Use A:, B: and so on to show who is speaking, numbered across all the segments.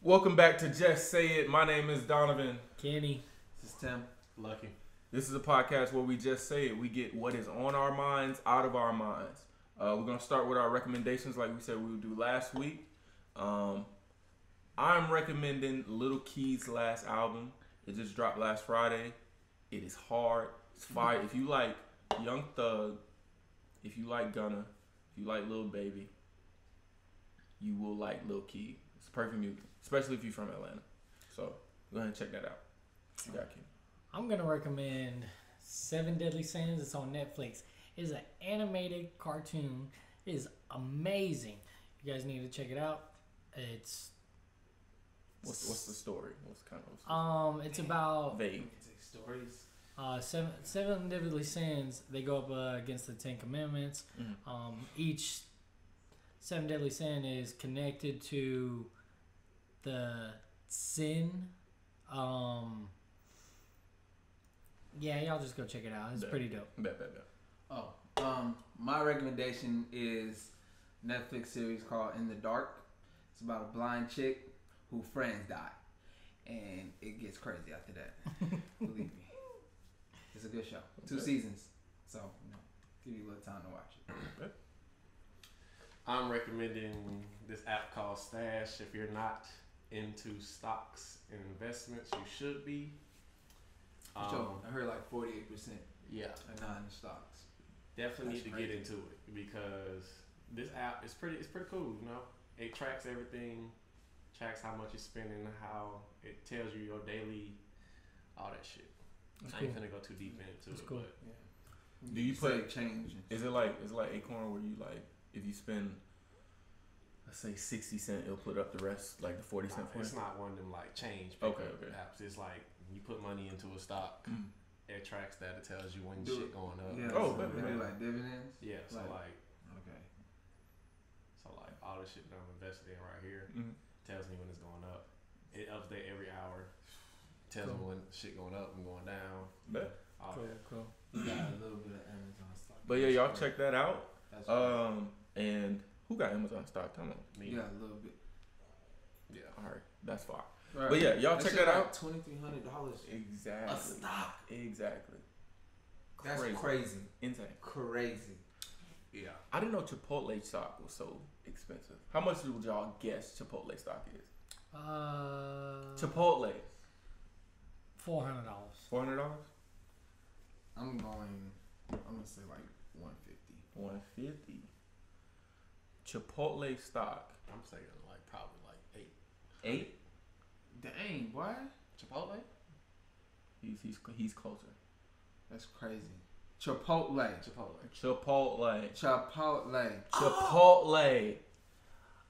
A: Welcome back to Just Say It. My name is Donovan.
B: Kenny.
C: This is Tim.
D: Lucky.
A: This is a podcast where we just say it. We get what is on our minds out of our minds. Uh, we're gonna start with our recommendations, like we said we would do last week. Um, I'm recommending Little Key's last album. It just dropped last Friday. It is hard. It's fire. if you like Young Thug, if you like Gunna, if you like Lil Baby, you will like Lil Key. It's perfect music, especially if you're from Atlanta. So go ahead and check that out. You got Kenny.
B: I'm gonna recommend Seven Deadly Sins. It's on Netflix. It's an animated cartoon. It is amazing. You guys need to check it out. It's
A: What's what's the story? What's kind of what's the
B: um, it's about
A: vague?
C: Stories.
B: Uh, seven, seven deadly sins. They go up uh, against the Ten Commandments.
A: Mhm.
B: Um, each seven deadly sin is connected to the sin. Um, yeah, y'all just go check it out. It's
A: Yeah.
B: pretty dope.
A: Bet, bet, bet.
C: Oh, um, my recommendation is Netflix series called In the Dark. It's about a blind chick who friends die, and it gets crazy after that. Believe me, it's a good show. Two
A: Okay.
C: seasons, so you know, give you a little time to watch it.
D: I'm recommending this app called Stash. If you're not into stocks and investments, you should be.
C: For
D: Um,
C: sure. I heard like forty-eight percent
D: Yeah,
C: are non-stocks.
D: definitely
C: That's
D: need to
C: crazy.
D: get into it because this app is pretty. It's pretty cool. You know, it tracks everything, tracks how much you're spending, how it tells you your daily, all that shit.
B: That's
D: I
B: cool.
D: ain't gonna go too deep into
B: That's
D: it,
B: cool.
D: but
C: Yeah.
A: Do you
C: say
A: put-
C: change? and-
A: Is it like is it like Acorn where you like if you spend let's say sixty cent, it'll put up the rest like the forty
D: nah,
A: cent for you?
D: it's not one of them like change pickup
A: Okay, okay.
D: apps. It's like you put money into a stock,
A: Mm.
D: it tracks that. It tells you when
C: Do
D: shit
C: it.
D: going up.
C: Yeah.
A: Oh,
C: so
A: but-
C: they do like dividends.
D: Yeah, so
C: Like-
D: like,
C: Okay.
D: so like all the shit that I'm invested in right here
A: Mm.
D: tells me when it's going up. It updates every hour. Tells me when shit going up and going down.
A: Bet.
D: All
B: Cool,
D: that.
B: cool.
C: Got a little bit of Amazon stock.
A: But yeah, y'all check that out.
C: That's right.
A: Um and who got Amazon stock? Come on.
D: Me.
C: you got a little bit.
D: Yeah.
A: Alright, that's fine.
C: Right.
A: But yeah, y'all check that out.
C: Twenty three hundred dollars
A: Exactly.
C: a stock.
A: Exactly.
C: That's
A: Crazy.
C: crazy. crazy.
A: Insane.
D: Yeah.
A: I didn't know Chipotle stock was so expensive. How much would y'all guess Chipotle stock is?
B: Uh,
A: Chipotle.
B: four hundred dollars.
A: Four hundred dollars?
C: I'm going. I'm gonna say like one fifty.
A: One fifty. Chipotle stock.
D: I'm saying like probably like eight.
A: Eight?
C: Dang, boy,
D: Chipotle?
A: He's he's he's closer.
C: that's crazy. Chipotle.
D: Chipotle.
A: Chipotle.
C: Chipotle.
A: Chipotle.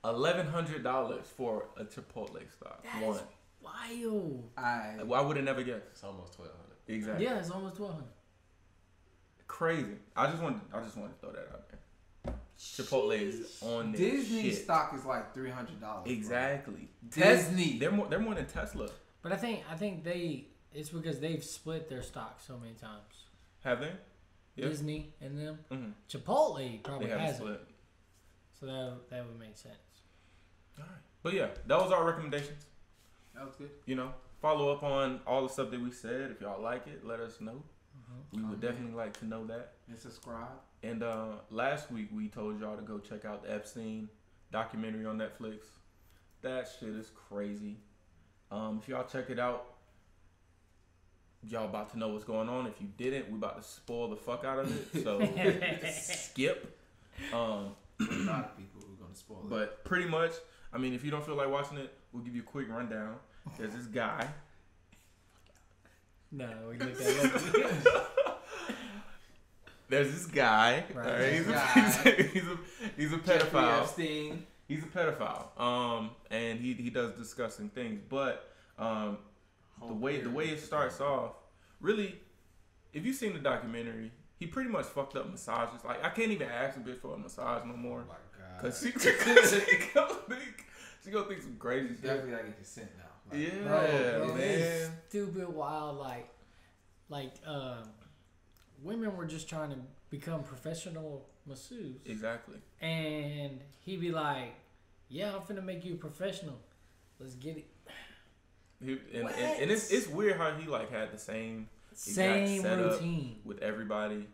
A: Eleven hundred dollars for a Chipotle stock.
B: That
A: One.
B: is wild.
C: I
A: I would have never guessed.
D: It's almost twelve hundred.
A: Exactly.
B: Yeah, it's almost twelve hundred.
A: Crazy. I just wanted. I just wanted to throw that out there. Chipotle is on this
C: Disney
A: shit.
C: stock is like three hundred dollars.
A: Exactly.
C: Disney.
A: They're more. They're more than Tesla.
B: But I think I think they it's because they've split their stock so many times.
A: Have they? Yeah.
B: Disney and them.
A: hmm
B: Chipotle
A: They
B: probably
A: haven't
B: has it.
A: split.
B: So that that would make sense.
A: All right. But yeah, that was our recommendations.
C: That was good.
A: You know, follow up on all the stuff that we said. If y'all like it, let us know. We would
C: Comment.
A: definitely like to know that.
C: And subscribe.
A: And uh, last week we told y'all to go check out the Epstein documentary on Netflix. That shit is crazy. Um, if y'all check it out, y'all about to know what's going on. If you didn't, we about to spoil the fuck out of it. So skip. Um,
C: There's a lot of people who are gonna spoil it.
A: but pretty much, I mean, if you don't feel like watching it, we'll give you a quick rundown. There's this guy.
B: No, we looked at it.
A: There's this guy.
B: Right.
A: all right? He's, a,
C: Guy.
A: he's a he's a
C: Jeffrey
A: pedophile.
C: Epstein.
A: He's a pedophile. Um, and he he does disgusting things, but um,
C: Oh,
A: the way the way it starts off, really, if you've seen the documentary, he pretty much fucked up massages. Like I can't even ask a bitch for a massage no
C: Oh
A: more,
C: my god.
A: cause she she gonna think she gonna think some crazy shit.
C: Definitely I get consent now.
A: Yeah,
B: Bro, bro, this
A: man.
B: stupid wild like like um women were just trying to become professional masseuse.
A: Exactly.
B: And he'd be like, Yeah, I'm finna make you professional. Let's get it.
A: He, and, and, and it's it's weird how he like had the same
B: Same
A: set up.
B: routine.
A: with everybody,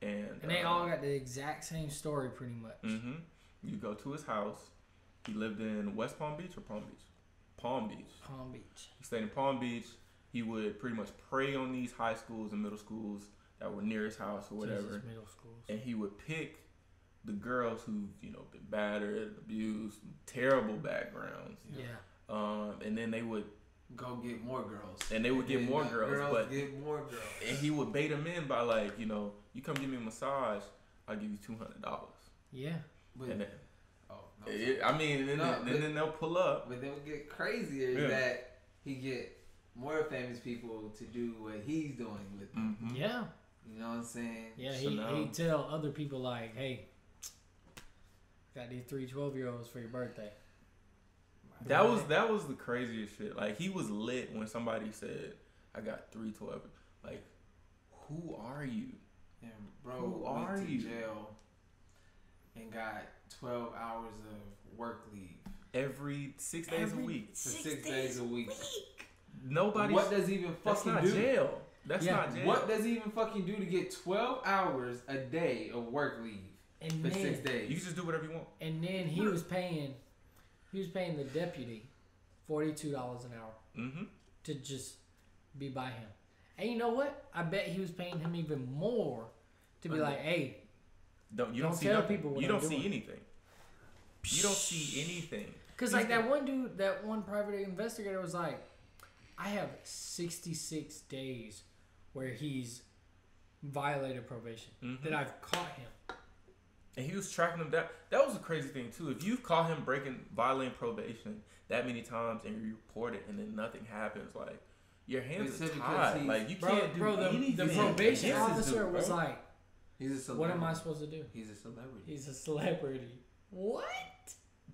A: and
B: And they
A: um,
B: all got the exact same story, pretty much.
A: mhm. You go to his house. He lived in West Palm Beach or Palm Beach, Palm Beach.
B: Palm Beach.
A: He stayed in Palm Beach. He would pretty much prey on these high schools and middle schools that were near his house or whatever.
B: Jesus, middle schools.
A: and he would pick the girls who you know been battered, abused, terrible backgrounds,
B: Yeah.
A: um, and then they would
C: Go get more girls.
A: and they would get
C: Then
A: more
C: the
A: girls, but
C: get more girls.
A: and he would bait them in by like you know you come give me a massage, I'll give you two hundred dollars,
B: Yeah.
C: But,
A: and then,
C: oh, no,
A: it, I mean and then,
C: No,
A: and
C: but-
A: then they'll pull up,
C: But then what get crazier is
A: Yeah.
C: that he get more famous people to do what he's doing with them.
A: Mhm.
B: Yeah.
C: You know what I'm saying?
B: Yeah.
A: So
B: He,
A: now-
B: he tell other people, like, hey, got these three 12 year olds for your birthday.
A: That was that was the craziest shit. Like he was lit when somebody said, "I got three twelve. Like, who are you?
C: And bro
A: Who
C: went
A: are
C: to
A: you?
C: jail and got 12 hours of work leave
A: Every six days
B: Every-
A: a week,
C: for six, days a week.
A: nobody.
C: What does he even
A: That's
C: fucking
A: not
C: do?
A: jail. That's
B: Yeah.
A: not jail.
C: What does he even fucking do to get 12 hours a day of work leave
B: And
C: for
B: then,
C: six days?
A: You can just do whatever you want.
B: and then he was paying, he was paying the deputy $42 an hour
A: Mm-hmm.
B: to just be by him. And you know what? I bet he was paying him even more to be
A: Under-
B: like, hey,
A: Don't you don't,
B: Don't
A: see
B: tell
A: nothing.
B: people what
A: you
B: I'm
A: don't see
B: doing.
A: anything. You don't see anything.
B: Because like that one dude, that one private investigator was like, I have 66 days where he's violated probation
A: Mhm.
B: that I've caught him.
A: And he was tracking them down. That was a crazy thing too. If you caught him breaking violating probation that many times and you report it and then nothing happens, like your hands are
C: Except because
A: tied.
C: he's-
A: Like you
B: Bro,
A: can't do
B: bro, the,
A: anything.
B: the probation
A: Yes, it's
B: officer
A: doing,
B: was
A: bro.
B: like,
C: He's a celebrity.
B: what am I supposed to do?
C: He's a celebrity.
B: He's a celebrity. What?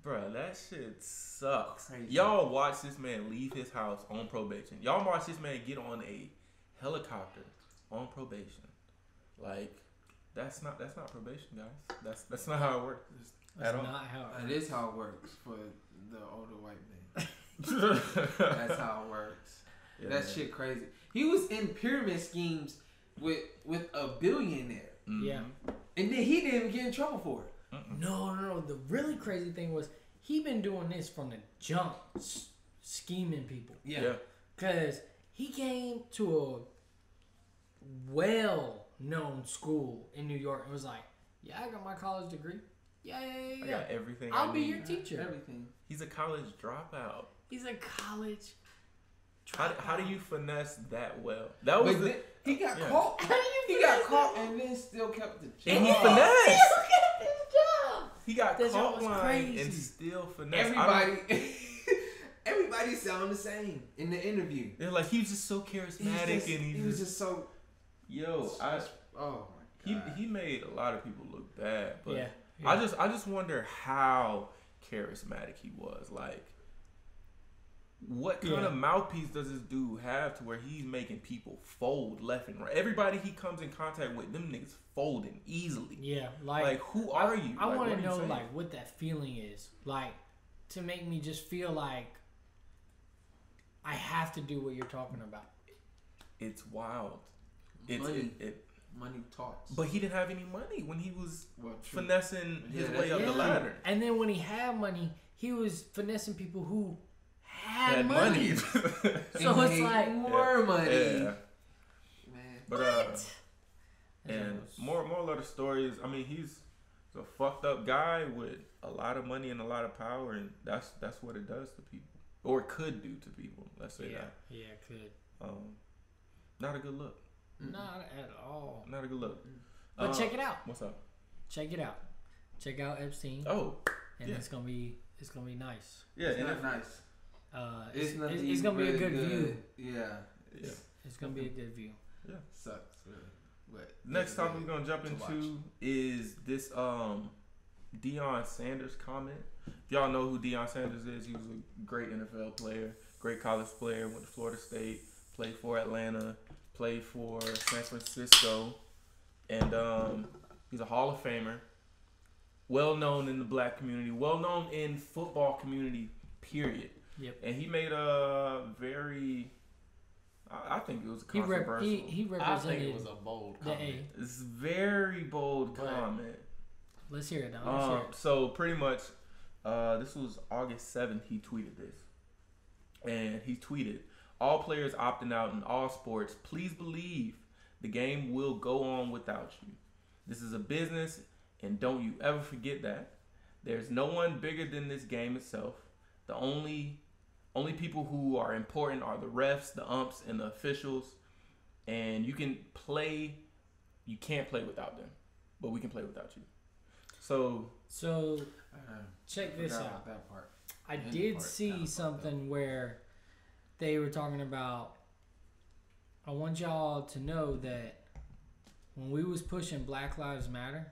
A: Bruh, that shit sucks.
C: Crazy.
A: Y'all watch this man leave his house on probation. Y'all watch this man get on a helicopter on probation. Like, that's not that's not probation, guys. That's that's not how it works.
B: That's
A: At all.
B: not how
C: That
B: it
C: is how it works for the older white man. That's
A: that's
C: how it works. That shit crazy. He was in pyramid schemes with with a billionaire,
A: Mm.
B: Yeah.
C: and then he didn't even get in trouble for it.
B: No, no, no. The really crazy thing was he been doing this from the jump, s- scheming people.
A: Yeah.
B: Cause he came to a well-known school in New York and was like, "Yeah, I got my college degree. Yeah,
A: I
B: yeah, yeah, yeah.
A: got everything.
B: I'll
A: I
B: be
A: need.
B: your teacher."
C: Everything.
A: He's a college dropout.
B: He's a college.
A: How, do- how do you finesse that well? That was
C: But
A: the,
C: then he got
A: yeah.
C: caught.
B: How do you?
C: He got caught and then still kept the job.
A: and he finessed.
B: job.
A: He got
B: That shit
A: caught
B: was
A: lying
B: crazy.
A: and still finessed. I don't-
C: Everybody, everybody sound the same in the interview.
A: They're like he was just so
C: He was
A: charismatic
C: just,
A: and
C: he was just so.
A: yo. I
C: Oh my
A: he
C: god.
A: he made a lot of people look bad, but
B: Yeah.
A: I just I just wonder how charismatic he was. Like, what kind
B: Yeah.
A: of mouthpiece does this dude have to where he's making people fold left and right? Everybody he comes in contact with, them niggas folding easily.
B: Yeah,
A: Like,
B: like,
A: who are you?
B: I
A: Like,
B: want
A: what are
B: to
A: you
B: know
A: saying?
B: like what that feeling is, like to make me just feel like I have to do what you're talking about.
A: it's wild. It's,
C: Money.
A: it, it,
C: Money talks.
A: but he didn't have any money when he was
C: well, true.
A: finessing
C: Yeah,
A: his
C: that's
A: way up the
B: true.
A: ladder.
B: And then when he had money, he was finessing people who had,
A: Had
B: money.
A: money.
B: So
C: And
B: it's
C: he
B: like-
C: more money.
A: yeah.
C: Man.
A: But uh, and more more of the story is, I mean, he's a fucked up guy with a lot of money and a lot of power, and that's that's what it does to people, or it could do to people. Let's say
B: yeah, yeah, could
A: that. Um, not a good look.
B: not at all.
A: Not a good look.
B: But
A: Uh,
B: check it out.
A: What's up?
B: Check it out. Check out Epstein,
A: Oh,
B: and
A: yeah.
B: it's gonna be it's gonna be nice.
A: yeah.
C: It's
A: and
C: not
A: if-
C: nice.
B: Uh,
C: It's,
B: it's,
C: nothing
B: it's, it's gonna be a
C: really
B: good, view.
C: Yeah.
A: yeah.
B: It's gonna be a good view.
C: Sucks, really. But
A: Next
C: it's
A: topic
C: good.
A: we're gonna jump
C: to watch.
A: into is this um Deion Sanders comment. If y'all know who Deion Sanders is, he was a great NFL player, great college player, went to Florida State, played for Atlanta, played for San Francisco, and um he's a Hall of Famer. Well known in the black community, well known in football community, period.
B: Yep.
A: and he made a very. I, I think it was
B: He, rep-
A: controversial.
B: he he
D: I think
B: represented
D: it was a bold
B: the
D: comment.
B: A.
A: it's very bold
D: But-
A: comment.
B: Let's hear it, dog. Let's
A: Um,
B: hear it.
A: so pretty much, uh, this was August 7th. He tweeted this, and he tweeted, "All players opting out in all sports. Please believe the game will go on without you. This is a business, and don't you ever forget that. There's no one bigger than this game itself. The only only people who are important are the refs, the umps, and the officials. And you can play. You can't play without them, but we can play without you. So
B: So
C: Uh,
B: check this
C: forgot
B: out.
C: about that part.
B: I
C: End
B: did
C: part,
B: see
C: kinda fucked
B: something where they were talking about. I want y'all to know that when we was pushing Black Lives Matter,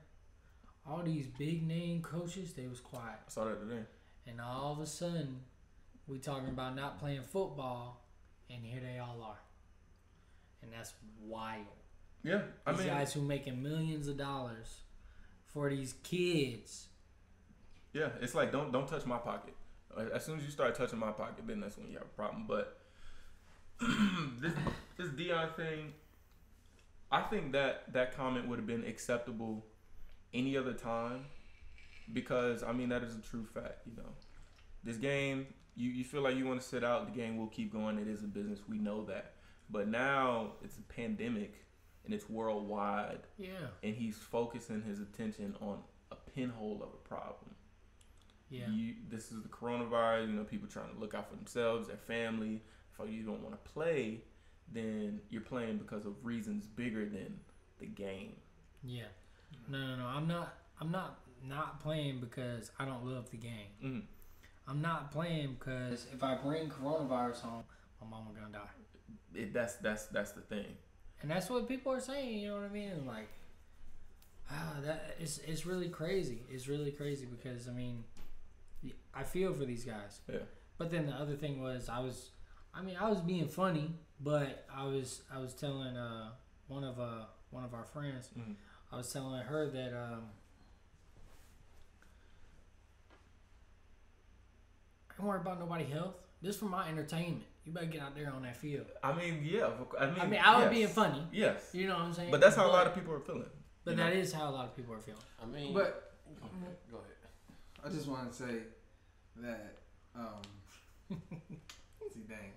B: all these big name coaches they was quiet,
A: I saw that today.
B: and all of a sudden, we talking about not playing football, and here they all are, and that's wild.
A: Yeah, I
B: These
A: mean,
B: guys who making millions of dollars for these kids.
A: yeah, it's like don't don't touch my pocket. Uh, As soon as you start touching my pocket, then that's when you have a problem. But this this Dion thing, I think that that comment would have been acceptable any other time, because I mean that is a true fact. You know, this game, you you feel like you want to sit out, the game will keep going. It is a business, we know that. But now it's a pandemic, and it's worldwide.
B: Yeah.
A: and he's focusing his attention on a pinhole of a problem.
B: Yeah.
A: You, this is the coronavirus. You know, people trying to look out for themselves, their family. If you don't want to play, then you're playing because of reasons bigger than the game.
B: Yeah. No, no, no. I'm not. I'm not not playing because I don't love the game.
A: Mm.
B: I'm not playing because if I bring coronavirus home, my mama gonna die.
A: It, that's that's that's the thing.
B: And that's what people are saying. You know what I mean? Like, ah, that it's it's really crazy. It's really crazy because I mean, y- I feel for these guys.
A: Yeah.
B: But then the other thing was I was, I mean, I was being funny, but I was I was telling uh one of uh one of our friends,
A: Mhm.
B: I was telling her that um. I don't worry about nobody health. This for my entertainment. You better get out there on that field.
A: I mean, yeah. of cou- I mean,
B: I mean, I was
A: yes.
B: being funny.
A: Yes,
B: You know what I'm saying?
A: but that's how a lot of people are feeling.
B: But
A: you
B: that
A: know?
B: is how a lot of people are feeling.
D: I mean,
C: But
D: Mm. Okay, go ahead.
C: I just want to say that. Um, see, dang.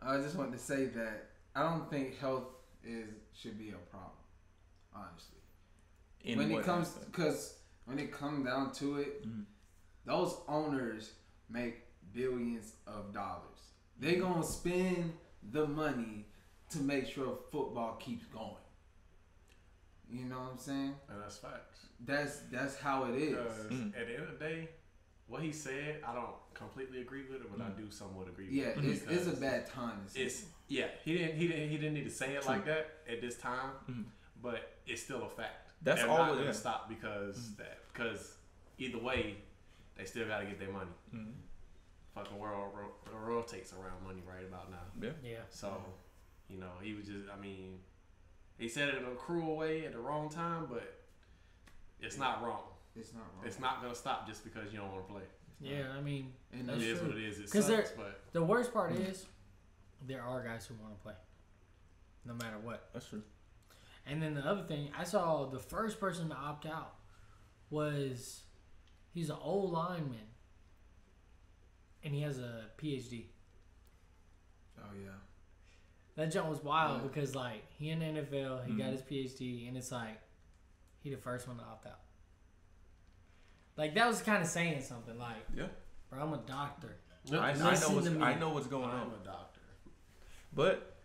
C: I just want to say that I don't think health is should be a problem, honestly.
A: In
C: when
A: what
C: it comes,
A: aspect.
C: because when it comes down to it,
A: Mhm.
C: those owners make billions of dollars. They
A: Mm-hmm.
C: gonna spend the money to make sure football keeps going. You know what I'm saying?
D: And that's facts.
C: That's that's how it is.
D: Because
A: Mm.
D: at the end of the day, what he said, I don't completely agree with it, but I do somewhat agree.
C: Mm. Yeah,
D: with it
C: it's, it's a
D: because
C: bad time. to see.
D: It's yeah. He didn't. He didn't. He didn't need to say it like that at this time.
A: Mhm.
D: But it's still a fact.
A: That's
D: They're
A: all
D: Not
A: it
D: gonna
A: is. Mm.
D: stop because that because either way, they still got to get their money.
B: Mm-hmm.
A: Mhm.
D: Fucking world ro- rotates around money right about now.
B: Yeah.
D: So,
A: Mm-hmm.
D: you know, he was just, I mean, he said it in a cruel way at the wrong time, but it's not wrong.
C: It's not wrong.
D: It's not going to stop just because you don't want to play.
B: Yeah, I mean,
C: And
D: It
C: that's
D: is
C: true.
D: what it is. It
B: 'Cause they're-
D: sucks, but
B: the worst part
A: Mm.
B: is there are guys who want to play no matter what.
A: That's true.
B: And then the other thing, I saw the first person to opt out was he's an old lineman and he has a PhD.
C: Oh yeah.
B: That jump was wild
C: Yeah.
B: because, like, he in the NFL, he
A: Mm-hmm.
B: got his PhD, and it's like he the first one to opt out. Like, that was kind of saying something like,
A: Yeah.
B: bro, I'm a doctor.
A: I, I know
B: Listen
A: what's,
B: to me.
A: I know what's going on.
D: I'm a doctor.
A: But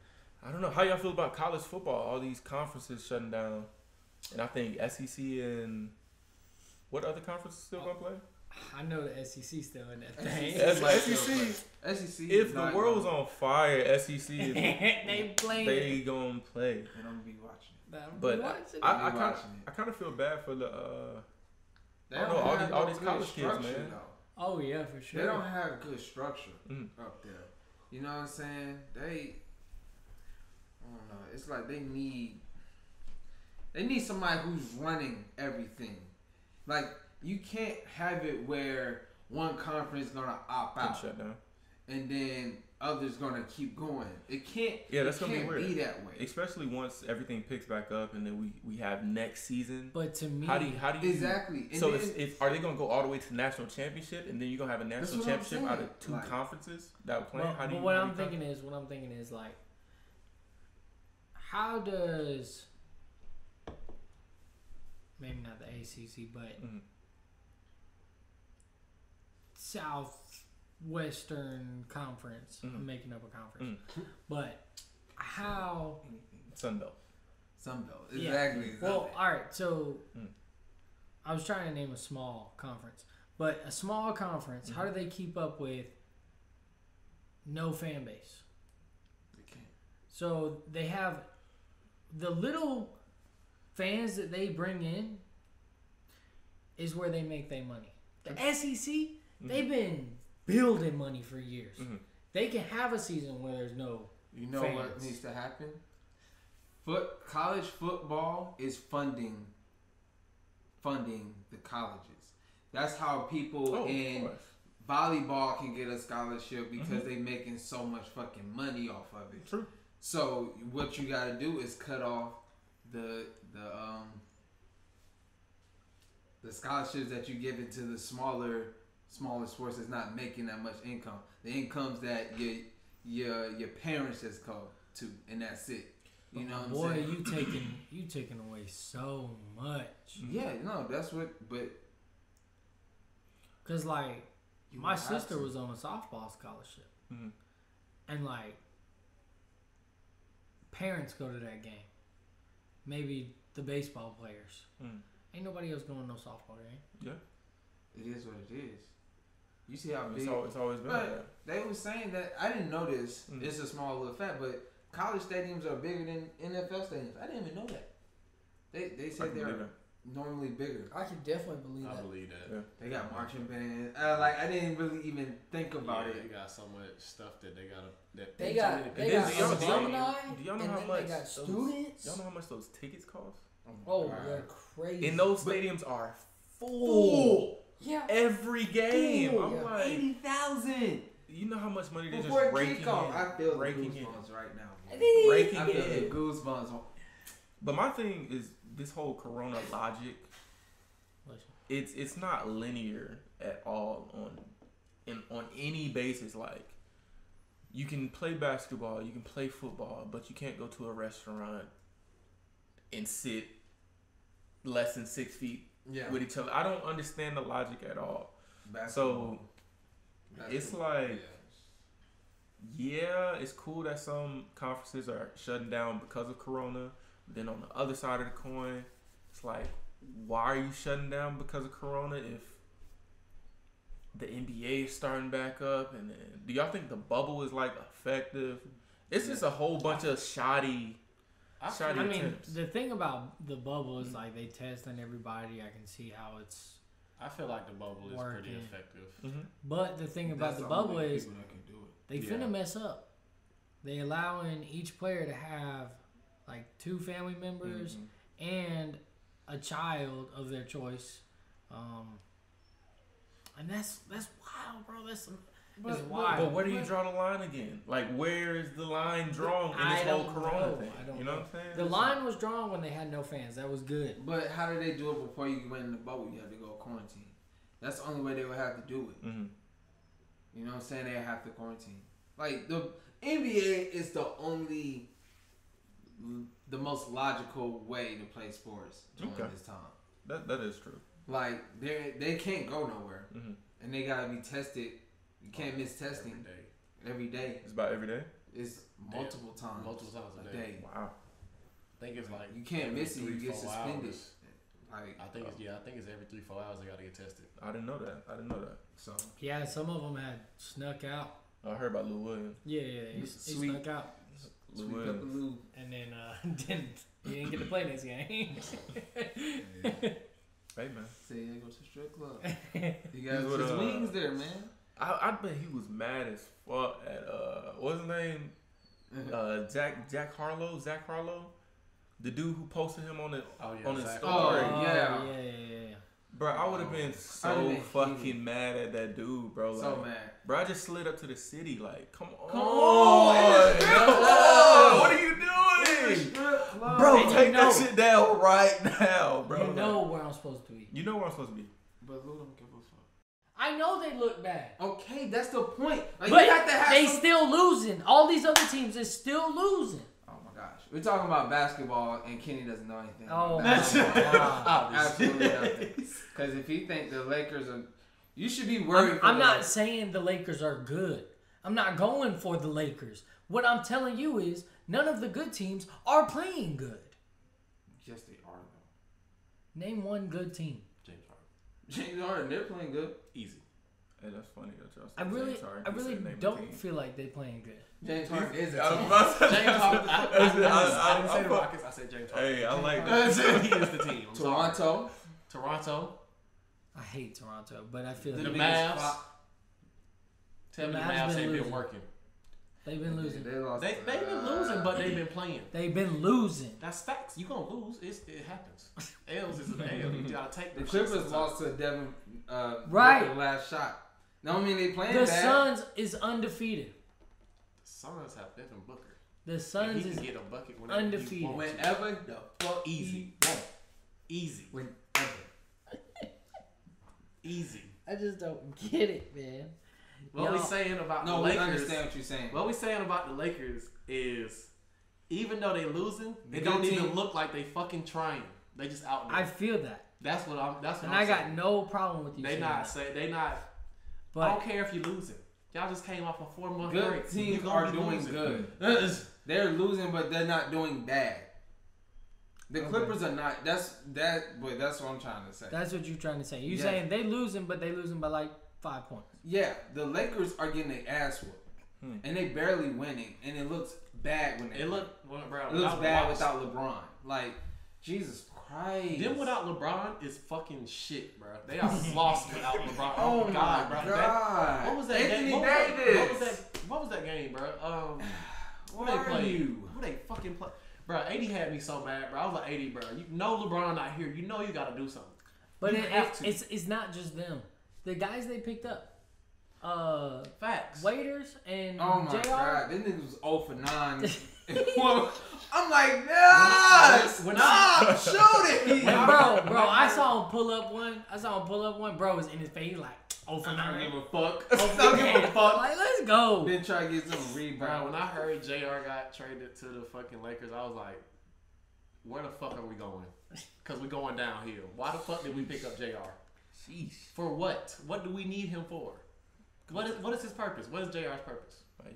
A: I don't know how y'all feel about college football. All these conferences shutting down, and I think SEC and what other conference is still gonna play?
B: I know the SEC still in that
C: SEC.
B: thing.
A: As-
C: Like
A: SEC.
C: SEC.
A: E If the world's on fire, SEC is
B: they playing.
A: they gonna play.
C: and I'm gonna be watching it.
A: But
B: What?
A: I,
C: They
A: I kind of
C: watching it.
A: I kind of feel bad for the. Uh,
C: They
A: I don't know, all
C: have
A: these- all
C: no
A: these
C: good
A: college kids,
C: structure,
A: man.
C: Though.
B: oh yeah, for sure.
C: They don't have good structure
A: Mm.
C: up there. You know what I'm saying? They, I don't know. It's like they need, they need somebody who's running everything. Like you can't have it where one conference gonna opt
A: can
C: out.
A: shut down.
C: and then others gonna keep going. It can't.
A: Yeah, that's
C: it
A: gonna be
C: can't
A: weird.
C: Be that way.
A: Especially once everything picks back up and then we, we have next season.
B: But to me,
A: How do you, how do you
C: Exactly. And
A: So
C: then,
A: it's, it's, are they going to go all the way to the national championship and then you're going to have a national
C: what I'm
A: championship out
C: saying.
A: of two
C: Like-
A: conferences that are playing?
B: Well,
A: how do
B: but
A: you,
B: what
A: how do
B: I'm
A: you
B: thinking is, what I'm thinking is like, how does maybe not the ACC, but
A: Mhm.
B: Southwestern Conference.
A: Mhm.
B: I'm making up a conference,
A: Mm.
B: but how?
A: Sun Belt.
C: Sun Belt.
B: Yeah.
C: Exactly.
B: Well,
C: exactly.
B: all right. So
A: Mm.
B: I was trying to name a small conference, but a small conference. How do
A: Mm-hmm.
B: they keep up with no fan base?
C: They can't.
B: So they have the little fans that they bring in is where they make their money. The SEC,
C: Mm-hmm.
B: they've been building money for years.
A: Mhm.
B: They can have a season where there's no
C: You know what
B: fans.
C: needs to happen? Foot college football is funding funding the colleges. That's how people
A: Oh, of
C: in
A: course. Mm-hmm.
C: volleyball can get a scholarship because they making so much fucking money off of it.
A: True.
C: So what you got to do is cut off the the um the scholarships that you give it to the smaller smaller sports that's not making that much income. The incomes that your your your parents just go to, and that's it. You know what
B: boy.
C: I'm saying?
B: You taking you taking away so much
C: yeah, no, that's what. But
B: because like
C: you
B: my
C: have
B: sister
C: to. Mm-hmm.
B: was on a softball scholarship,
A: Mhm.
B: and like parents go to that game, maybe the baseball players.
A: Mm.
B: Ain't nobody else going to no softball game.
C: It is what it is. You see how big
A: It's, al- it's always been like that.
C: But they were saying that I didn't know this.
A: Mhm.
C: It's a small little fact, but college stadiums are bigger than NFL stadiums. I didn't even know that. They they
A: I
C: said
A: can believe
C: they're
A: it.
C: normally bigger.
B: I can definitely believe
D: I believe that.
C: They got marching bands. Uh, like I didn't really even think about
D: yeah,
C: it.
D: They got so much stuff that they gotta. That
E: They
D: too
E: got
D: many
E: they
A: It
E: got
A: is- y'all- y'all-
E: alumni,
A: do y'all know
E: and
A: how
E: then
A: much
E: they got
A: those-
E: students.
A: Y'all know how much those tickets cost?
E: Oh,
C: Wow.
E: they're crazy.
A: And those stadiums are full
E: yeah,
A: every game.
E: Full,
A: I'm
E: yeah.
A: like,
C: Eighty thousand
A: you know how much money they're
C: before
A: just raking in,
C: kickoff. I feel the
A: raking in,
C: goosebumps right now. man.
E: And then-
A: raking
C: I feel
A: in.
C: the goosebumps.
A: But my thing is this whole Corona logic. It's it's not linear at all on, in, on any basis. Like, you can play basketball, you can play football, but you can't go to a restaurant and sit less than six feet
C: Yeah.
A: with each other. I don't understand the logic at all.
C: Basketball.
A: It's
C: Basketball.
A: like, yeah, it's cool that some conferences are shutting down because of Corona. But then on the other side of the coin, it's like, why are you shutting down because of Corona if the NBA is starting back up? And then, do y'all think the bubble is like effective? It's just a whole bunch of shoddy.
D: I
A: Sorry,
D: feel-
B: I mean,
A: attempts.
B: the thing about the bubble is like they test on everybody. I can see how it's.
D: I feel like the bubble is pretty
B: Working.
D: effective.
B: Mm-hmm. But the thing about
C: That's
B: the
C: only
B: bubble is
C: people that can do it.
B: they
D: Yeah.
B: finna mess up. They allowing each player to have like two family
A: Mm-hmm.
B: members
C: Mm-hmm.
B: and a child of their choice, um, and that's that's wild, bro. That's that's
C: But-
B: wild.
A: But where do you draw the line again? Like, where is the line drawn in this
B: I
A: whole
B: don't
A: Corona
B: know.
A: thing?
B: I don't
A: you know,
B: know.
A: what I'm saying?
B: the line was drawn when they had no fans. That was good.
C: But how do they do it before you went in the bubble? You have to go quarantine. That's the only way they would have to do it.
A: Mhm.
C: You know what I'm saying? They have to quarantine. Like the NBA is the only, the most logical way to play sports during
A: Okay.
C: this time.
A: That that is true.
C: Like they they can't go nowhere,
A: Mhm.
C: and they gotta be tested. You can't miss testing
D: Every day.
C: every day.
A: It's about every day.
C: It's multiple times.
D: Multiple times a
C: a
D: day.
C: day.
A: Wow.
D: I think it's like
C: You can't
D: every
C: miss it. You
D: three,
C: get
D: four
C: suspended.
D: hours.
C: Like
D: I think it's yeah. I think it's every three four hours they gotta get tested.
A: I didn't know that. I didn't know that.
C: so.
B: Yeah, some of them had snuck out.
A: I heard about Lou Williams.
B: Yeah, yeah, he, he
C: Mr. Sweet.
B: snuck out,
A: Lou
C: Sweep up the
A: Williams.
C: loo.
B: and then uh, didn't he didn't get to play this game.
A: Hey man,
C: Say I go to strip club. You
A: He's
C: got his
A: with, uh,
C: wings there, man.
A: I, I bet he was mad as fuck at uh what's his name? Uh Jack Jack Harlow. Zach Harlow, the dude who posted him on the
D: Oh yeah.
A: on his
D: Zach-
A: story.
C: yeah.
B: yeah, yeah, yeah.
A: Bro, I would have been so
C: I'd've been
A: fucking
C: heated.
A: mad at that dude, bro. Like,
C: So mad.
A: bro, I just slid up to the city. Like, come on,
C: on, it's a strip
A: Come
C: club.
A: on, what are you doing,
C: Bro,
A: bro?
B: And you
A: Take
B: know-
A: that shit down right now, bro.
B: you
A: Like,
B: know where I'm supposed to be.
A: you know where I'm supposed to be.
D: But Lou don't give a fuck.
B: I know they look bad.
C: Okay, that's the point. Like,
B: But
C: you have to have
B: they
C: some-
B: still losing. All these other teams is still losing.
C: Oh my gosh. We're talking about basketball and Kenny doesn't know anything.
B: Oh my
C: about basketball.
B: god.
C: oh, Absolutely nothing. Because if he think the Lakers are you should be worried
B: I'm,
C: for
B: I'm
C: the-
B: not saying the Lakers are good. I'm not going for the Lakers. What I'm telling you is none of the good teams are playing good.
D: Yes, they are though.
B: Name one good team.
D: James Harden.
C: James Harden, they're playing good.
D: Easy.
A: Hey, that's funny that y'all.
B: I
A: said
B: really,
A: James Harden.
B: I
A: You
B: really
A: said name the team.
B: don't feel like they're playing good.
C: James Harden is a
A: I was
C: team.
A: about to-
D: James Harden. I, I, I,
A: I- I-
D: I didn't
A: I-
D: say the
A: I-
D: Rockets. I said James Harden.
A: Hey, I like
D: He
A: that.
D: is the team. I'm sorry.
C: Toronto.
D: Toronto.
B: I hate Toronto, but I feel
D: The,
B: like
D: Mavs.
C: flop.
D: Tell me the
B: Mavs been
D: Mavs ain't been
B: losing.
D: working.
B: they've been losing.
C: They lost. uh,
D: They they been losing, but they been playing.
B: They've been losing.
D: That's facts. You gonna lose. It's, it happens. L's is an L. You gotta take
C: the
D: them
C: Clippers
D: shits
C: lost to Devin uh
B: Right.
C: Booker last shot. No, I mean they playing
B: The
C: bad.
B: Suns is undefeted.
D: sometimes. Suns have Devin Booker.
B: The
D: And
B: Suns
D: he
B: is
D: can get a bucket whenever
B: undefeated.
D: He wants to.
C: Whenever the fuck
D: Easy.
C: he wants.
D: Easy.
C: Whenever.
D: Easy.
B: I just don't get it, man.
D: What we
B: Y'all-
D: saying about
C: No,
D: the
C: we
D: Lakers?
C: understand what you're saying.
D: What we saying about the Lakers is, even though they losing, they
C: Good
D: don't
C: team.
D: even look like they fucking trying. They just out there.
B: I feel that,
D: that's what I'm. That's what
B: and
D: I'm
B: I got
D: saying.
B: no problem with you.
D: They
B: saying
D: not
B: that.
D: say they not. I
B: but
D: don't care if you're losing. Y'all just came off a four month
C: Good
D: break. You
C: teams
D: gonna
C: are
D: be
C: doing
D: losing.
C: good.
D: That is-
C: They're losing, but they're not doing bad. The
B: Okay.
C: Clippers are not. That's that. But that's what I'm trying to say.
B: that's what you're trying to say. You
C: Yeah.
B: saying they losing, but they losing by like five points.
C: yeah, the Lakers are getting their ass whooped,
A: Hmm.
C: and they barely winning, and it looks bad when they.
D: It look, well, bro,
C: It looks
D: without
C: bad
D: LeBron-
C: without LeBron. Like Jesus Christ.
D: Them without LeBron is fucking shit, bro. They are lost without LeBron.
C: Oh my
D: bro.
C: God.
D: That- what was that
C: Anthony
D: game?
C: Davis.
D: What was, that, what was that game, bro? Um, who
C: Where
D: they
C: are
D: played?
C: you?
D: Who they fucking play? Bro, AD had me so mad, bro. I was like, AD, bro, you know LeBron not here. You know you gotta do something.
B: But
D: You
B: it,
D: have
B: it-
D: to.
B: it's it's not just them. The guys they picked up, uh,
D: Facts.
B: waiters and
C: Oh my
B: Jr.
C: god, this nigga was 0 for 9. Well, I'm like, nah,
D: when-
C: stop shooting.
B: And bro, bro, I saw him pull up one. I saw him pull up one. Bro was in his face he like, oh for
C: I don't
B: nine.
C: give a fuck.
B: Oh,
C: I don't give a
B: yeah.
C: fuck.
B: Like let's go.
C: Then try to get some
D: Bro,
C: rebound.
D: when I heard JR got traded to the fucking Lakers, I was like, where the fuck are we going? Because we're going downhill. Why the fuck did we pick up JR?
A: Sheesh.
D: For what? What do we need him for? What is what is his purpose? What is JR's purpose?
A: Like,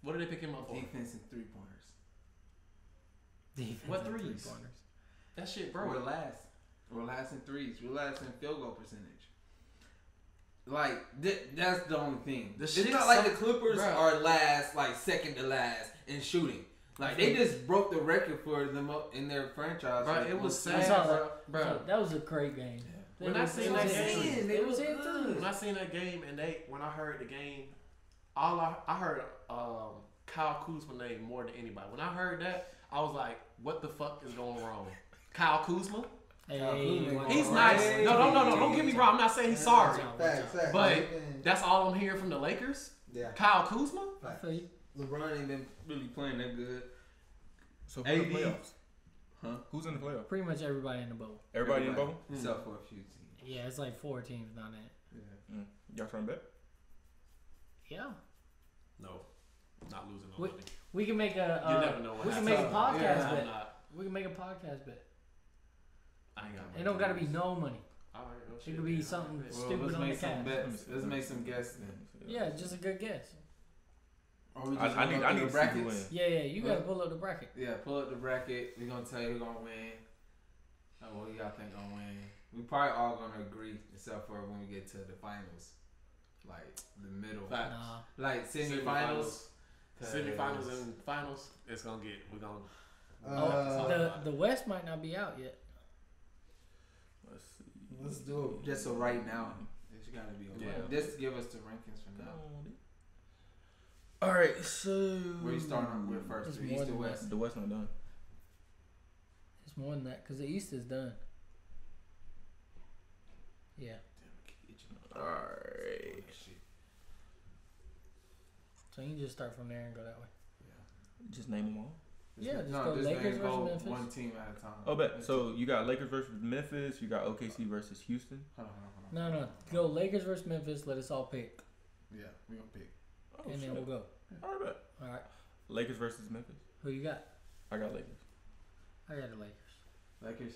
D: What did they pick him up for?
C: Defense and three pointers.
D: What
B: Defensive
D: threes?
B: three-pointers.
D: That shit,
C: We're
D: bro.
C: last. We're last in threes. We're last in field goal percentage. Like th- that's the only thing.
D: The
C: it's
D: shit
C: not like
D: suck-
C: the Clippers
D: Bruh.
C: are last, like second to last in shooting. Like they just broke the record for them up in their franchise.
D: Bro,
C: Like,
D: it was
C: most-
B: I
D: sad,
B: saw
D: bro.
B: So,
D: bro.
B: that was a great game. They
D: When I
B: was-
D: seen
B: it was
D: that
B: in
D: game-
B: threes.
C: They
B: it
C: were
B: was in
C: good.
D: When
B: threes.
D: I seen that game and they, when I heard the game, all I, I heard um, Kyle Kuzma name more than anybody. When I heard that, I was like, what the fuck is going wrong? Kyle Kuzma?
B: Hey,
C: Calhoun.
D: He's
B: watch
D: nice.
B: out.
D: No, no, no, no. Don't get me wrong. I'm not saying he's sorry.
E: Facts, facts.
D: But-
E: They've been-
D: That's all I'm hearing from the Lakers.
E: yeah,
D: Kyle Kuzma?
B: I feel you.
C: LeBron ain't been really playing that good.
A: so who's in the
C: AD?
A: playoffs?
C: Huh?
A: Who's in the playoffs?
B: Pretty much everybody in the bowl.
A: Everybody, in the
C: Everybody.
A: bubble?
C: Except for a few teams.
B: Yeah, it's like four teams, not it.
A: Mm. Y'all trying to bet?
B: Yeah,
D: No. Not losing no
B: What-
D: money.
B: we can make a.
D: You
B: uh,
D: never know what
B: we can
D: happens.
B: make a podcast
C: Yeah.
D: I'm
B: bet.
D: not.
B: We can make a podcast bet.
D: I ain't got
B: It don't gotta be no money.
D: All right, no
B: It
D: shit,
B: could be
D: man.
B: something
C: Well,
B: stupid
C: let's
B: on the
C: make some
B: cat.
C: bets. Let's make some guesses then.
B: Yeah, just a good guess.
C: Or we
A: I, I
C: gonna
A: need,
C: go
A: I
C: through
A: need
C: the
A: to see who win.
B: Yeah, yeah. You gotta pull up the bracket.
C: Yeah, pull up the bracket. We're gonna tell you who's gonna win. Uh, what do y'all think gonna win? We probably all gonna agree, except for when we get to the finals, like the middle,
D: Facts.
B: Nah.
C: like semifinals.
D: Semifinals. Semifinals and finals. It's gonna get. We're gonna.
E: Uh,
B: oh, the the West might not be out yet.
A: Let's see.
E: Let's do
C: it. Just so right now. It's gotta be a
D: Yeah.
C: win. Just give us the rankings for now.
A: All right, so
C: Where you starting with first?
B: It's
C: The
B: more
C: East or
B: than
C: West?
A: The West not done.
B: It's more than that because the East is done. Yeah.
A: All right.
B: So you can just start from there and go that way.
A: Just name them all.
B: Yeah, just
C: no,
B: go
C: this
B: Lakers
C: thing
B: versus
C: go
B: Memphis.
C: one team at a time.
A: Oh, bet. So you got Lakers versus Memphis. You got OKC versus Houston.
C: hold on, hold on, hold on.
B: No, no. Go Lakers versus Memphis. Let us all pick,
C: Yeah, we gonna pick.
A: Oh,
B: and
A: shit.
B: then we'll go.
A: All right, bet.
B: All right.
A: Lakers versus Memphis.
B: Who you got?
A: I got Lakers.
B: I got the Lakers.
C: Lakers.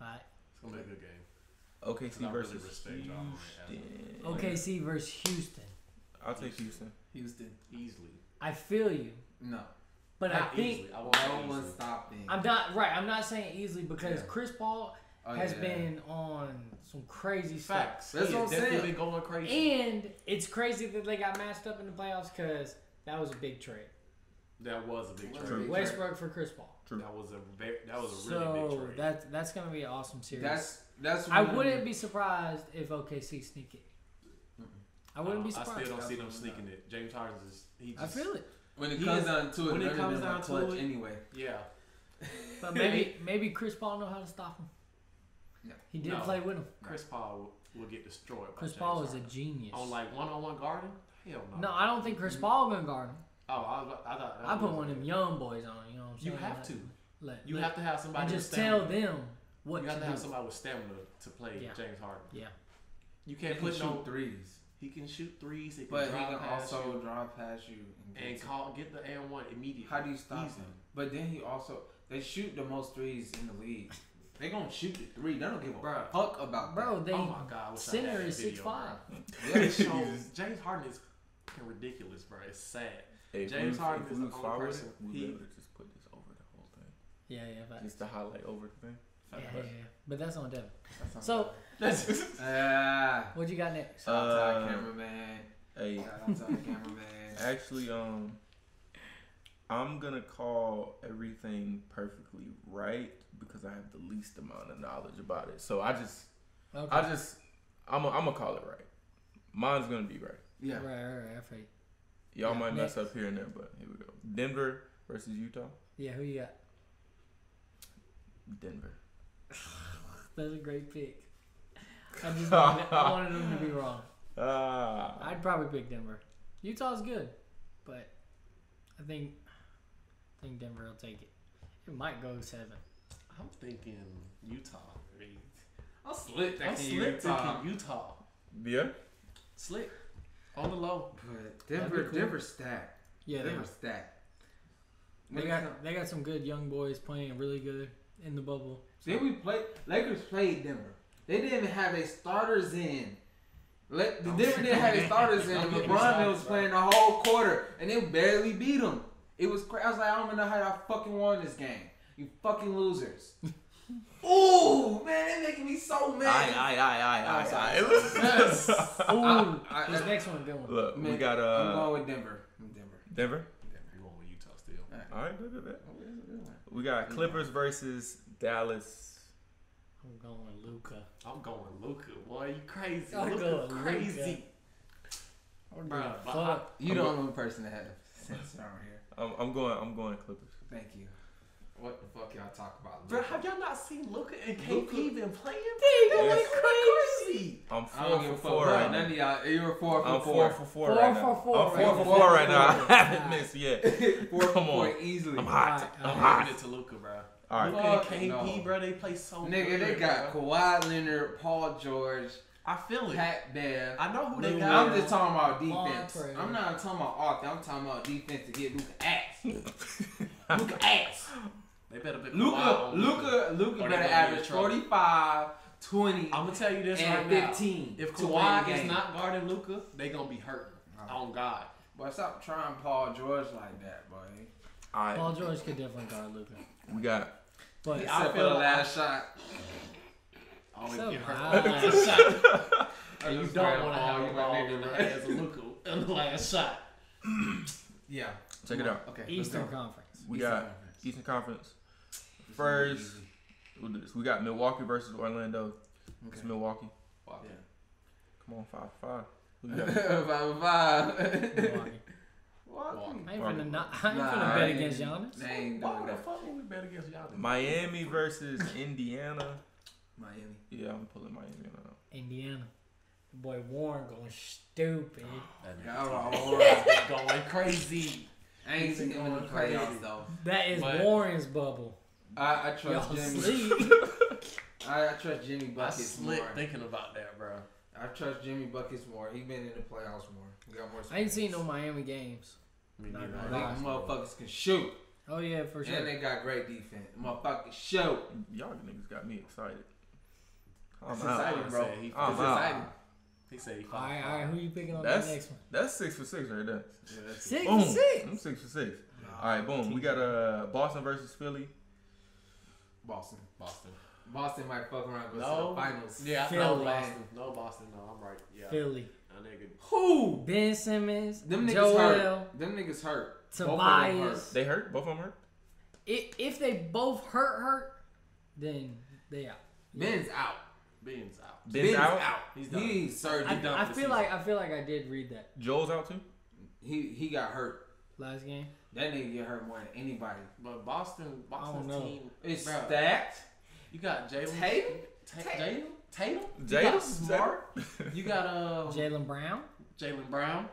B: All right.
D: It's gonna be a good game.
A: OKC
D: I really
A: versus
D: respect Ja Morant as a-
A: Houston.
B: OKC versus Houston.
A: I'll take Houston.
C: Houston.
D: Easily.
B: I feel you,
C: No.
B: but I
D: Not
B: think
D: easily. I
C: No
D: won't say
C: one
D: easily.
C: stopping.
B: I'm not right. I'm not saying easily because
C: Yeah.
B: Chris Paul
C: Oh,
B: has
C: yeah.
B: been on some crazy stuff.
D: Facts.
C: That's
D: He
C: what
D: has
C: I'm
D: definitely
C: saying.
D: been going crazy.
B: And it's crazy that they got matched up in the playoffs because that was a big trade.
D: That was a big
C: That was
D: trade.
C: a
A: True.
C: big trade.
B: Westbrook for Chris Paul.
A: true.
D: That was a very, that was a really
B: so
D: big trade.
B: that's that's gonna be an awesome series.
C: That's that's.
B: I
C: when-
B: wouldn't be surprised if OKC sneak it. I wouldn't be
D: don't-
B: surprised.
D: I still don't see them
C: Absolutely
D: sneaking it. James Harden is he just
B: I feel it,
C: When it
D: He
C: comes
D: is-
C: down to it,
D: when it
C: they're gonna
D: comes
C: be
D: down to
C: clutch
D: it-
C: anyway.
D: yeah.
B: but maybe maybe Chris Paul know how to stop him.
C: No.
B: He did
D: No.
B: play with him.
D: Chris Paul will, will get destroyed. By
B: Chris
D: James
B: Paul is a
D: Harden.
B: genius.
D: on like one on one guarding. Hell no.
B: no, I don't think Chris Paul gonna guard him.
D: Oh, I, was, I thought
B: I put one of them young boys on. You know what I'm
D: You
B: saying?
D: have
B: Like,
D: to.
B: Let,
D: You
B: let-
D: have to have somebody.
B: and
D: with
B: just tell
D: stamina.
B: them what
D: You
B: to
D: have to
B: do.
D: have somebody with stamina to play
B: Yeah.
D: James Harden.
B: Yeah,
C: He
D: You can't
C: can
D: put no.
C: shoot threes,
D: He can shoot threes. He can
C: but he
D: drive
C: can
D: past
C: also
D: you
C: drive past you get
D: and
C: to-
D: call get the and one immediately.
C: How do you stop
D: Easy.
C: him? But then he also they shoot the most threes in the league. they gonna shoot the three. They don't give a
D: Bruh.
C: fuck about that.
B: bro. They
D: oh my god! I wish I had
B: center
D: that
B: is
D: video,
B: six five.
D: bro.
C: Yeah,
D: So,
C: so-
D: James Harden is fucking ridiculous, bro. It's sad.
A: If
D: James
A: James
D: Harden
A: Harden
D: is
A: we
D: the
A: was
D: only
A: fine with
D: person
A: it, we
D: he-
A: literally just put this over the whole thing,
B: Yeah, yeah, but,
A: just to highlight over the thing.
B: yeah, yeah, yeah. But that's on Devin.
C: That's not
B: So
C: bad. ah,
B: what you got next?
C: shout out to
A: Uh,
C: our cameraman.
A: Hey,
C: Shout out to our cameraman.
A: actually, um, I'm gonna call everything perfectly right because I have the least amount of knowledge about it. So I just,
B: Okay.
A: I just, I'm, i I'm gonna call it right. Mine's gonna be right.
C: Yeah,
B: Right, right, right. I feel you.
A: Y'all
B: Yeah,
A: might mess
B: next.
A: up here and there, but here we go. Denver versus Utah.
B: Yeah, who you got?
A: Denver.
B: That's a great pick. I just wanted, I wanted them to be wrong.
A: Ah,
B: I'd probably pick Denver. Utah's good, but I think I think Denver will take it. It might go seven.
D: I'm thinking Utah. I mean,
C: I'm slick.
D: I'm slick thinking Utah.
A: yeah.
D: Slick. On the low.
C: But Denver,
B: cool.
C: Denver stacked.
B: Yeah, they,
C: Denver stacked.
B: they
C: When it
B: got
C: come-
B: they got some good young boys playing really good in the bubble. So,
C: Then we played. Lakers played Denver. They didn't even have their starters in. Let, the Denver didn't have their starters in.
D: Don't get me
C: LeBron
D: started,
C: was
D: bro.
C: playing the whole quarter, and they barely beat them. It was crazy. I was like, I don't even know how y'all fucking won this game. You fucking losers. Ooh, man, they making me so mad.
A: aye, aye,
B: ooh,
C: I- I-
B: this next one a good one.
A: Look, we
C: Man,
A: got
C: I'm
A: uh
C: going with Denver. I'm Denver.
A: Denver.
D: You going with Utah still?
A: All right, good, good, good.
C: Oh, that's a good one.
A: We got Clippers versus Dallas.
B: I'm going with Luca.
D: I'm going Luca. Boy, you crazy?
B: I'm
D: Luca
B: going
D: crazy. Bruh, but I-
B: Fuck.
C: You the only person that had sense around here.
A: I'm, I'm going. I'm going Clippers.
C: Thank you. What the fuck y'all talk about?
D: Bro, have y'all not seen Luca and KP
C: Luka-
D: been playing?
A: that
D: Yes.
A: was
D: crazy.
A: I'm
C: I
A: four
C: don't give
A: for
C: a
A: four
C: fuck. Right.
A: right
C: None
A: now.
C: of y'all. You were four for
A: I'm
C: four.
A: four for four
B: Four
A: right
B: for
A: now.
B: four
A: I'm
B: right
A: four for
B: now.
A: four right now.
B: Four.
A: I haven't missed yet.
C: four
A: Come
C: for
A: on.
C: four easily.
A: I'm hot.
B: Alright,
A: I'm
D: I'm
A: hot.
D: giving it to Luca, bro.
A: All right.
D: Luca and
C: Fuck
D: KP,
C: no.
D: bro, they play so.
C: Nigga, they
D: good,
C: got
D: bruh.
C: Kawhi Leonard, Paul George,
D: I feel it.
C: Pat Bev.
D: I know who they
B: Lou-
D: got.
C: I'm just talking about defense.
B: Montrez.
C: I'm not talking about offense. I'm talking about defense to get Luca ass. Luca ass.
D: They better be
C: Luca, Luca, Luca
D: Or Oh, they
C: better
D: gonna be in
C: average
D: trouble.
C: 45, 20,
D: I'm gonna tell you this right
C: and
D: now.
C: 15.
D: If
C: to win
D: Kawhi
C: the
D: is
C: game.
D: not guarding Luca, they gonna be hurting.
C: Nah.
D: On God.
C: Boy, stop trying Paul George like that, boy.
A: All right.
B: Paul George could definitely guard Luca,
A: We got.
B: but
D: I
C: Except for
D: feel
C: the
D: like-
C: last shot.
D: Always
B: So
D: get
B: nice.
D: hurt. on the last shot.
C: I
D: and you
C: just
D: don't
C: grabbed
D: want to
C: Paul,
D: have
C: you
D: a
C: my
D: ball
C: nigga,
D: in the
C: bro.
D: hands of Luca on the last shot.
C: Yeah.
A: Check it out.
C: Okay. let's
B: Eastern
C: go.
B: Conference.
A: We
C: Eastern
A: got
C: Conference.
A: Eastern Conference. First, we'll do this. We got Milwaukee versus Orlando. It's
C: Okay.
A: Milwaukee.
C: Wow.
A: Come on, five for five. Who you got?
C: five for five.
B: Milwaukee.
C: Walk me.
B: I ain't finna not. I ain't
C: Nah,
B: finna
C: I
B: bet
C: ain't-
B: against Giannis.
C: they ain't
D: Why
C: doing
D: would the
C: that.
D: fuck would we bet against y'all?
A: Miami versus Indiana.
C: Miami.
A: Yeah, I'm pulling Miami. I don't know.
B: Indiana. The boy Warren going stupid.
D: going crazy.
C: I ain't
D: He's
C: seen him in the
D: going crazy.
C: playoffs though.
B: That is
D: But-
B: Warren's bubble.
C: I, I trust
B: Y'all
C: Jimmy.
B: sleep.
C: I, I trust Jimmy
D: I
C: Buckets
D: slipped
C: more.
D: thinking about that, bro.
C: I trust Jimmy Buckets more. He been in the playoffs more. He got more.
B: I ain't seen no
C: experience.
B: Miami games.
D: Me
B: Not
D: neither.
B: gonna
C: Like, motherfuckers can shoot,
B: Oh yeah, for sure.
C: and they got great defense. Motherfuckers shoot.
A: Y'all niggas got me excited.
C: It's
A: I'm out.
C: exciting,
D: I
C: bro.
D: said he-
C: It's
A: I'm out.
C: exciting.
D: He said he
B: all right, all right. Who you picking on
A: That's-
B: the next one?
A: That's six for six right there.
C: Yeah, that's
B: Six
A: boom.
B: six.
A: I'm six for six. All right, boom. We got uh Boston versus Philly.
C: Boston.
D: Boston.
C: Boston might fuck around and go to
D: No.
C: the finals.
D: Yeah, I
B: Philly.
D: no Boston. No Boston. No, I'm right. Yeah,
B: Philly.
D: Now, nigga.
C: Who?
B: Ben Simmons.
C: Them niggas
B: Joel.
C: hurt. Them niggas hurt. Both of them hurt.
B: Tobias.
A: They hurt. Both of them hurt.
B: If, if they both hurt hurt, then they out.
C: Ben's out.
D: Ben's out.
A: Ben's, out.
D: He's
C: He's,
D: done.
C: surgery.
B: I,
D: He done
B: I
D: for the
B: feel like I feel like I did read that
A: Joel's out too.
C: He he got hurt.
B: last game.
C: That nigga get hurt more than anybody.
D: But Boston, Boston's
B: know.
D: team.
C: It's
D: Bro.
C: stacked.
D: You got Jalen
C: Tatum?
D: Ta- Jalen.
C: Tatum?
D: Tatum. You
A: Jalen?
D: got Smart. you got uh
B: Jalen Brown,
D: Jalen Brown,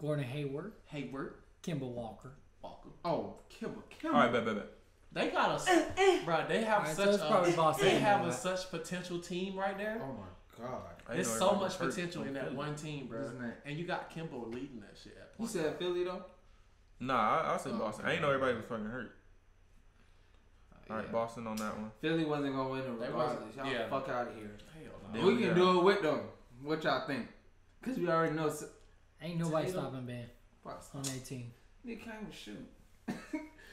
B: Gordon Hayward,
D: Hayward,
B: Kimba Walker.
D: Walker.
C: Oh, Kimba, Kimba.
A: All right, bet, bet, bet.
D: They got a
B: Uh,
D: s- bro. They have
B: Alright, so
D: such
B: it's probably
D: a
B: Boston,
D: they have
B: bro.
D: a such potential team right there.
C: Oh my god.
A: I
D: There's
A: know
D: so
A: everybody was
D: much
A: hurt
D: potential
A: on
D: in that
A: Philly.
D: one team, bro.
C: Isn't it?
D: And you got Kimbo leading that shit. At
C: You
D: point.
C: said Philly though.
A: Nah, I, I'll say
C: Oh,
A: Boston. I
C: okay.
A: ain't know everybody was fucking hurt. All right,
C: Yeah.
A: Boston on that one.
C: Philly wasn't gonna win it
D: They
C: regardless.
D: wasn't.
C: Y'all
D: Yeah.
C: fuck out of here.
D: Hell
A: They-
D: no.
A: Yeah,
C: we
A: we
C: can
A: got-
C: do it with them. What y'all think? Cause we already know. s-
B: Ain't nobody
C: Tatum.
B: stopping Ben
C: Fuck,
B: on that team.
C: Nigga can't even shoot.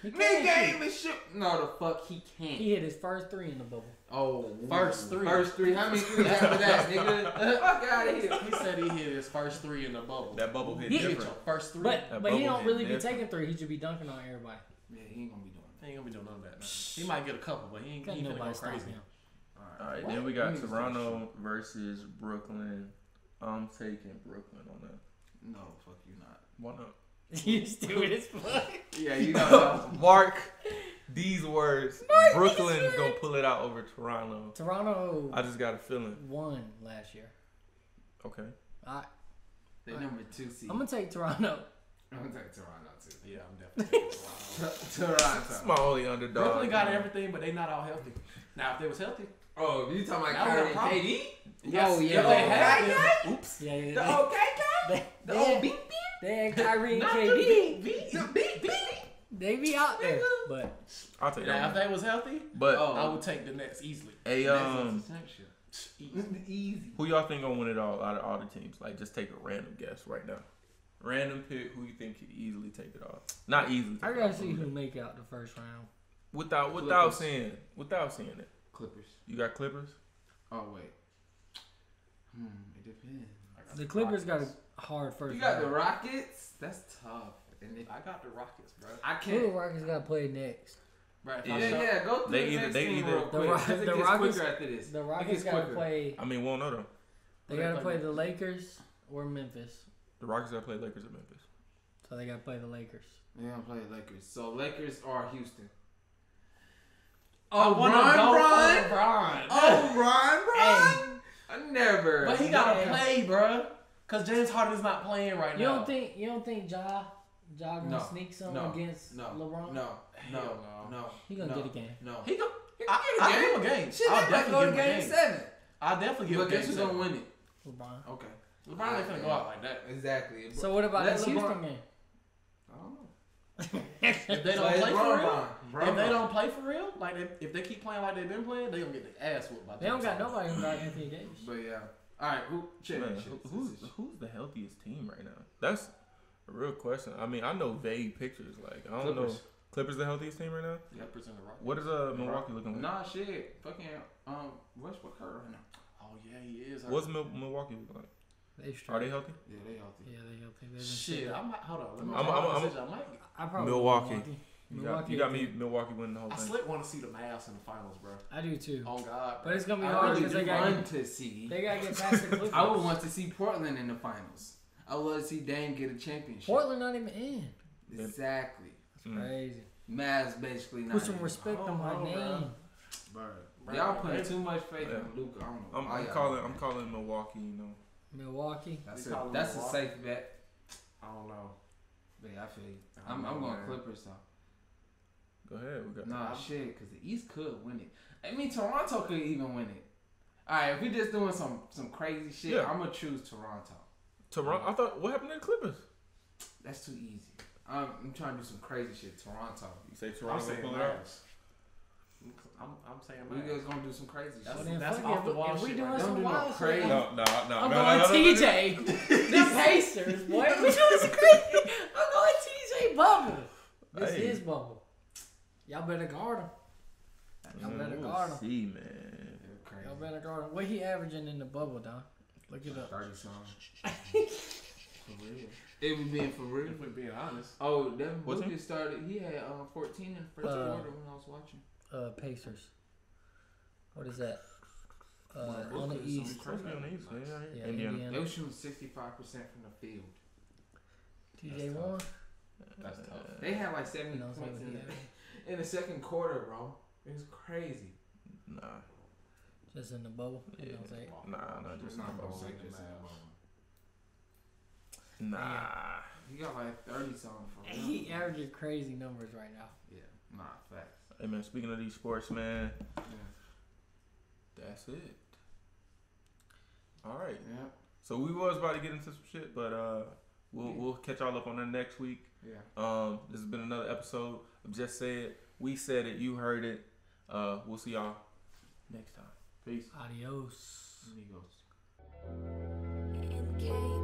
B: He
C: Nigga
B: can't
C: can't
B: shoot.
C: even shoot. No, the fuck he can't.
B: He hit his first three in the bubble.
C: Oh,
D: First three.
C: First three. How many threes after that, nigga? Fuck out of here.
D: He said he hit his first three in the bubble.
A: That bubble hit
B: Yeah.
D: You hit
A: different.
D: your first three.
B: But
A: That
B: but he
A: bubble
B: don't
A: hit
B: really be
A: different.
B: taking three. He should be dunking on everybody.
C: Yeah, he ain't gonna be doing
D: He ain't gonna be doing none of that. Man. He might get a couple, but he ain't, he
B: Can't
D: ain't
B: nobody
D: gonna go
B: stop
D: crazy.
B: him.
C: that.
A: All right, then we got
C: Niggas don't
A: Toronto versus Brooklyn. I'm taking Brooklyn on that.
C: shoot. No, fuck you not.
A: Why not?
B: You stupid as fuck.
C: Yeah, you know.
A: Mark these words. Brooklyn's gonna pull it out over Toronto.
B: Toronto
A: I just got a feeling.
B: won last year.
A: Okay.
B: I
C: They're number two seed.
B: I'm gonna take Toronto.
C: I'm gonna take Toronto too.
D: Yeah, I'm definitely. taking Toronto.
A: That's
C: Toronto.
A: my only underdog.
D: Brooklyn got
A: man.
D: everything, but they not all healthy. Now, if they was healthy,
C: Oh, you talking about
D: That
C: Kyrie
D: was a
C: and
D: problem.
C: KD?
D: yes,
B: Oh, yeah.
D: if they had them,
B: Oops. Yeah, yeah,
C: The
B: yeah.
C: old KK?
B: They,
C: The
B: they
C: old
B: had-
C: beat
B: they had Kyrie and KD.
C: beat? beat? The beat beat?
B: They be out there, but
A: I'll take
D: now,
A: that.
D: if
A: One.
D: they was healthy,
A: But
C: Oh.
D: I would take the Nets easily.
A: a um,
D: Easy.
C: Easy.
A: who y'all think gonna win it all out of all the teams? Like, just take a random guess right now. Random pick. Who you think could easily take it all? Not easily.
B: I
A: take it
B: gotta
A: all,
B: see
A: but
B: who make out the first round.
A: Without without
C: Clippers.
A: saying without saying it.
C: Clippers.
A: You got Clippers.
C: Oh wait. Hmm. It depends.
D: I got
B: The Clippers got
D: Rockets.
B: a hard first.
C: You got the
B: round.
C: Rockets. That's tough. And if
D: I got the Rockets, bro.
C: I
B: Who the
C: can't.
B: Rockets got to play next?
D: Bro, if
A: Yeah.
D: I
C: Yeah,
D: shot-
C: yeah. Go through
A: They
C: the
A: either-
C: next
A: they
C: team
A: either-
C: real
A: The
C: quick. 'cause
B: Rock-
C: it
B: the
C: gets
B: Rockets-
C: quicker after this.
B: The
C: It
B: Rockets
C: gets
B: got to
C: quicker.
B: play.
A: I mean, we don't know though.
B: They
D: Who they
B: got to
D: play
B: play the Lakers or Memphis,
A: The Rockets gotta play Lakers at Memphis.
B: so they got to play the Lakers.
C: They're gonna play Lakers. So Lakers are Houston.
D: I
C: Oh,
D: wanna
C: Ron,
D: go
C: Ron.
D: for LeBron.
C: Oh, Ron,
B: Hey.
C: Ron. I never.
D: But he gotta play, bro. Cause James Harden's not playing right
B: You
D: now.
B: don't think you don't think Ja Ja gonna
C: No.
B: sneak some
C: No.
B: against
C: No.
B: LeBron?
C: No. No.
D: Hell no.
C: No.
B: He gonna
C: no,
B: get a game.
C: No.
D: he go?
C: He
D: I,
C: can
D: I
C: get a
D: give him a game.
C: Shit,
D: I'll
C: they might go
D: definitely
C: to
D: give him a
C: game,
D: game.
C: seven.
D: I'll definitely give
C: But
D: him a
C: guess
D: game.
C: who's gonna
D: seven.
C: win it?
B: LeBron.
C: Okay.
D: LeBron ain't gonna go out like that.
C: Exactly.
B: So what about
C: Let
B: this
C: LeBron-
B: Houston game?
C: I don't know.
D: If they
C: So
D: don't
C: it's
D: play for
C: Ron,
D: real,
C: Ron.
D: if
C: Ron,
D: they
C: Ron.
D: don't play for real, like they, if they keep playing like they've been playing, they gonna get their ass whooped by
B: They don't
D: James
B: got
D: Harden.
B: nobody who got Anthony Davis.
C: But yeah. All right. Who? Check.
A: Man,
C: check,
A: who-
C: check,
A: who's
C: check.
A: who's the healthiest team right now? That's a real question. I mean, I know vague pictures. Like I don't know.
D: Clippers.
A: Clippers the healthiest team right now.
D: Clippers and the Rockets.
A: What is uh Milwaukee looking like?
C: Nah, shit. Fucking um, Westbrook hurt right now.
D: Oh yeah, he is.
A: What's Mil- Milwaukee looking like?
B: They
A: Are
B: straight.
A: they healthy?
C: Yeah, they healthy.
B: Yeah, they healthy. They've been
D: Shit,
B: shit.
D: I might hold on. Let me
A: I'm-
D: check my
A: I'm- I'm-
D: decision. I might.
B: I probably
A: Milwaukee. You got,
B: Milwaukee
A: you got
B: I
A: me
B: think.
A: Milwaukee winning the whole
D: I
A: thing.
D: slick want to see the Mavs in the finals, bro.
B: I do too.
D: Oh God, bro.
B: But it's gonna be
C: I
B: hard
C: really
B: because they
C: do
B: got
C: want to see.
B: they got to get past the Clippers.
C: I would want to see Portland in the finals. I would love to see Dame get a championship.
B: Portland not even in.
C: Exactly.
B: Crazy.
A: Hmm. Mm.
C: Mavs basically not.
B: Put some
C: even-
B: respect
D: Oh,
B: on my
D: no,
B: name.
D: bro.
C: Bruh.
D: Bro,
C: Y'all putting
D: they-
C: too much faith
A: Oh, Yeah.
C: in Luca. I don't know.
A: I'm,
C: why
A: I'm
C: y'all-
A: calling. I'm calling Milwaukee. You know,
B: Milwaukee.
C: That's,
D: They
C: a,
D: call him
C: that's a
D: Milwaukee.
C: safe bet.
D: I don't know.
C: But yeah, I feel you.
A: I don't
C: I'm, I'm
A: know,
C: going
A: man.
C: Clippers though.
A: go ahead. We got.
C: No nah, shit, because the East could win it. I mean, Toronto could even win it. All right, if we just doing some some crazy shit,
A: Yeah.
C: I'm gonna choose Toronto.
A: Toronto. I thought. What happened to the Clippers?
C: That's too easy. I'm, I'm trying to do some crazy shit. Toronto.
A: You say
D: I'm
A: Toronto
D: saying
A: pull it out?
D: Mavs. I'm, I'm saying
C: We
D: Mavs.
C: just gonna do some crazy shit.
D: That's-
B: Well, then
D: that's
B: fuck
D: off
B: it.
D: the
B: If-
D: wall
B: If we
D: shit
B: doing
D: right
C: there. Don't
B: some
C: do no
B: wild shit,
C: crazy.
B: I'm-
A: No, no, no.
B: I'm
A: no,
B: going
A: no, no, no, no.
B: TJ. the Pacers. Boy, we doing some crazy. I'm going TJ Bubble. This
A: Hey.
B: is Bubble. Y'all better guard him. Y'all better guard
A: We'll
B: him.
A: see, man.
C: Yeah, crazy.
B: Y'all better guard him. What he averaging in the bubble, Don? Look it up.
C: Thirty something.
D: For real.
C: If we being for real.
D: If we're being honest,
C: Oh, Devin
A: What's
C: Booker started. He had um, 14 in the first
B: Uh,
C: quarter when I was watching.
B: Uh, Pacers. What is that? Uh,
C: Well,
B: on the
C: Booker's
B: East.
C: some
A: Crazy
C: crazy
A: on the East, man.
B: Yeah,
A: Indiana.
B: Indiana.
C: They were shooting 65% from the field.
B: TJ
C: That's
B: Warren.
C: That's tough. They had like 70
B: Uh, You know what I'm
C: points in
B: saying?
C: the, in the second quarter, bro. It was crazy.
A: Nah,
B: Just in the bubble. You know
A: Yeah.
B: what I'm saying?
A: nah, nah,
C: It's
A: just
C: not gonna say
D: the
C: this
D: Mavs.
C: anymore.
A: nah.
C: He got like 30 something for real.
B: He averages crazy numbers right now.
C: Yeah, nah, facts.
A: Hey man, speaking of these sports, man,
C: Yeah.
A: that's it. All right.
C: Yeah.
A: So we was about to get into some shit, but uh, we'll
C: Yeah.
A: we'll catch y'all up on that next week.
C: Yeah.
A: Um, this has been another episode of Just Said. We said it. You heard it. Uh, we'll see y'all next time. Peace.
B: Adios.
C: Amigos.
E: And came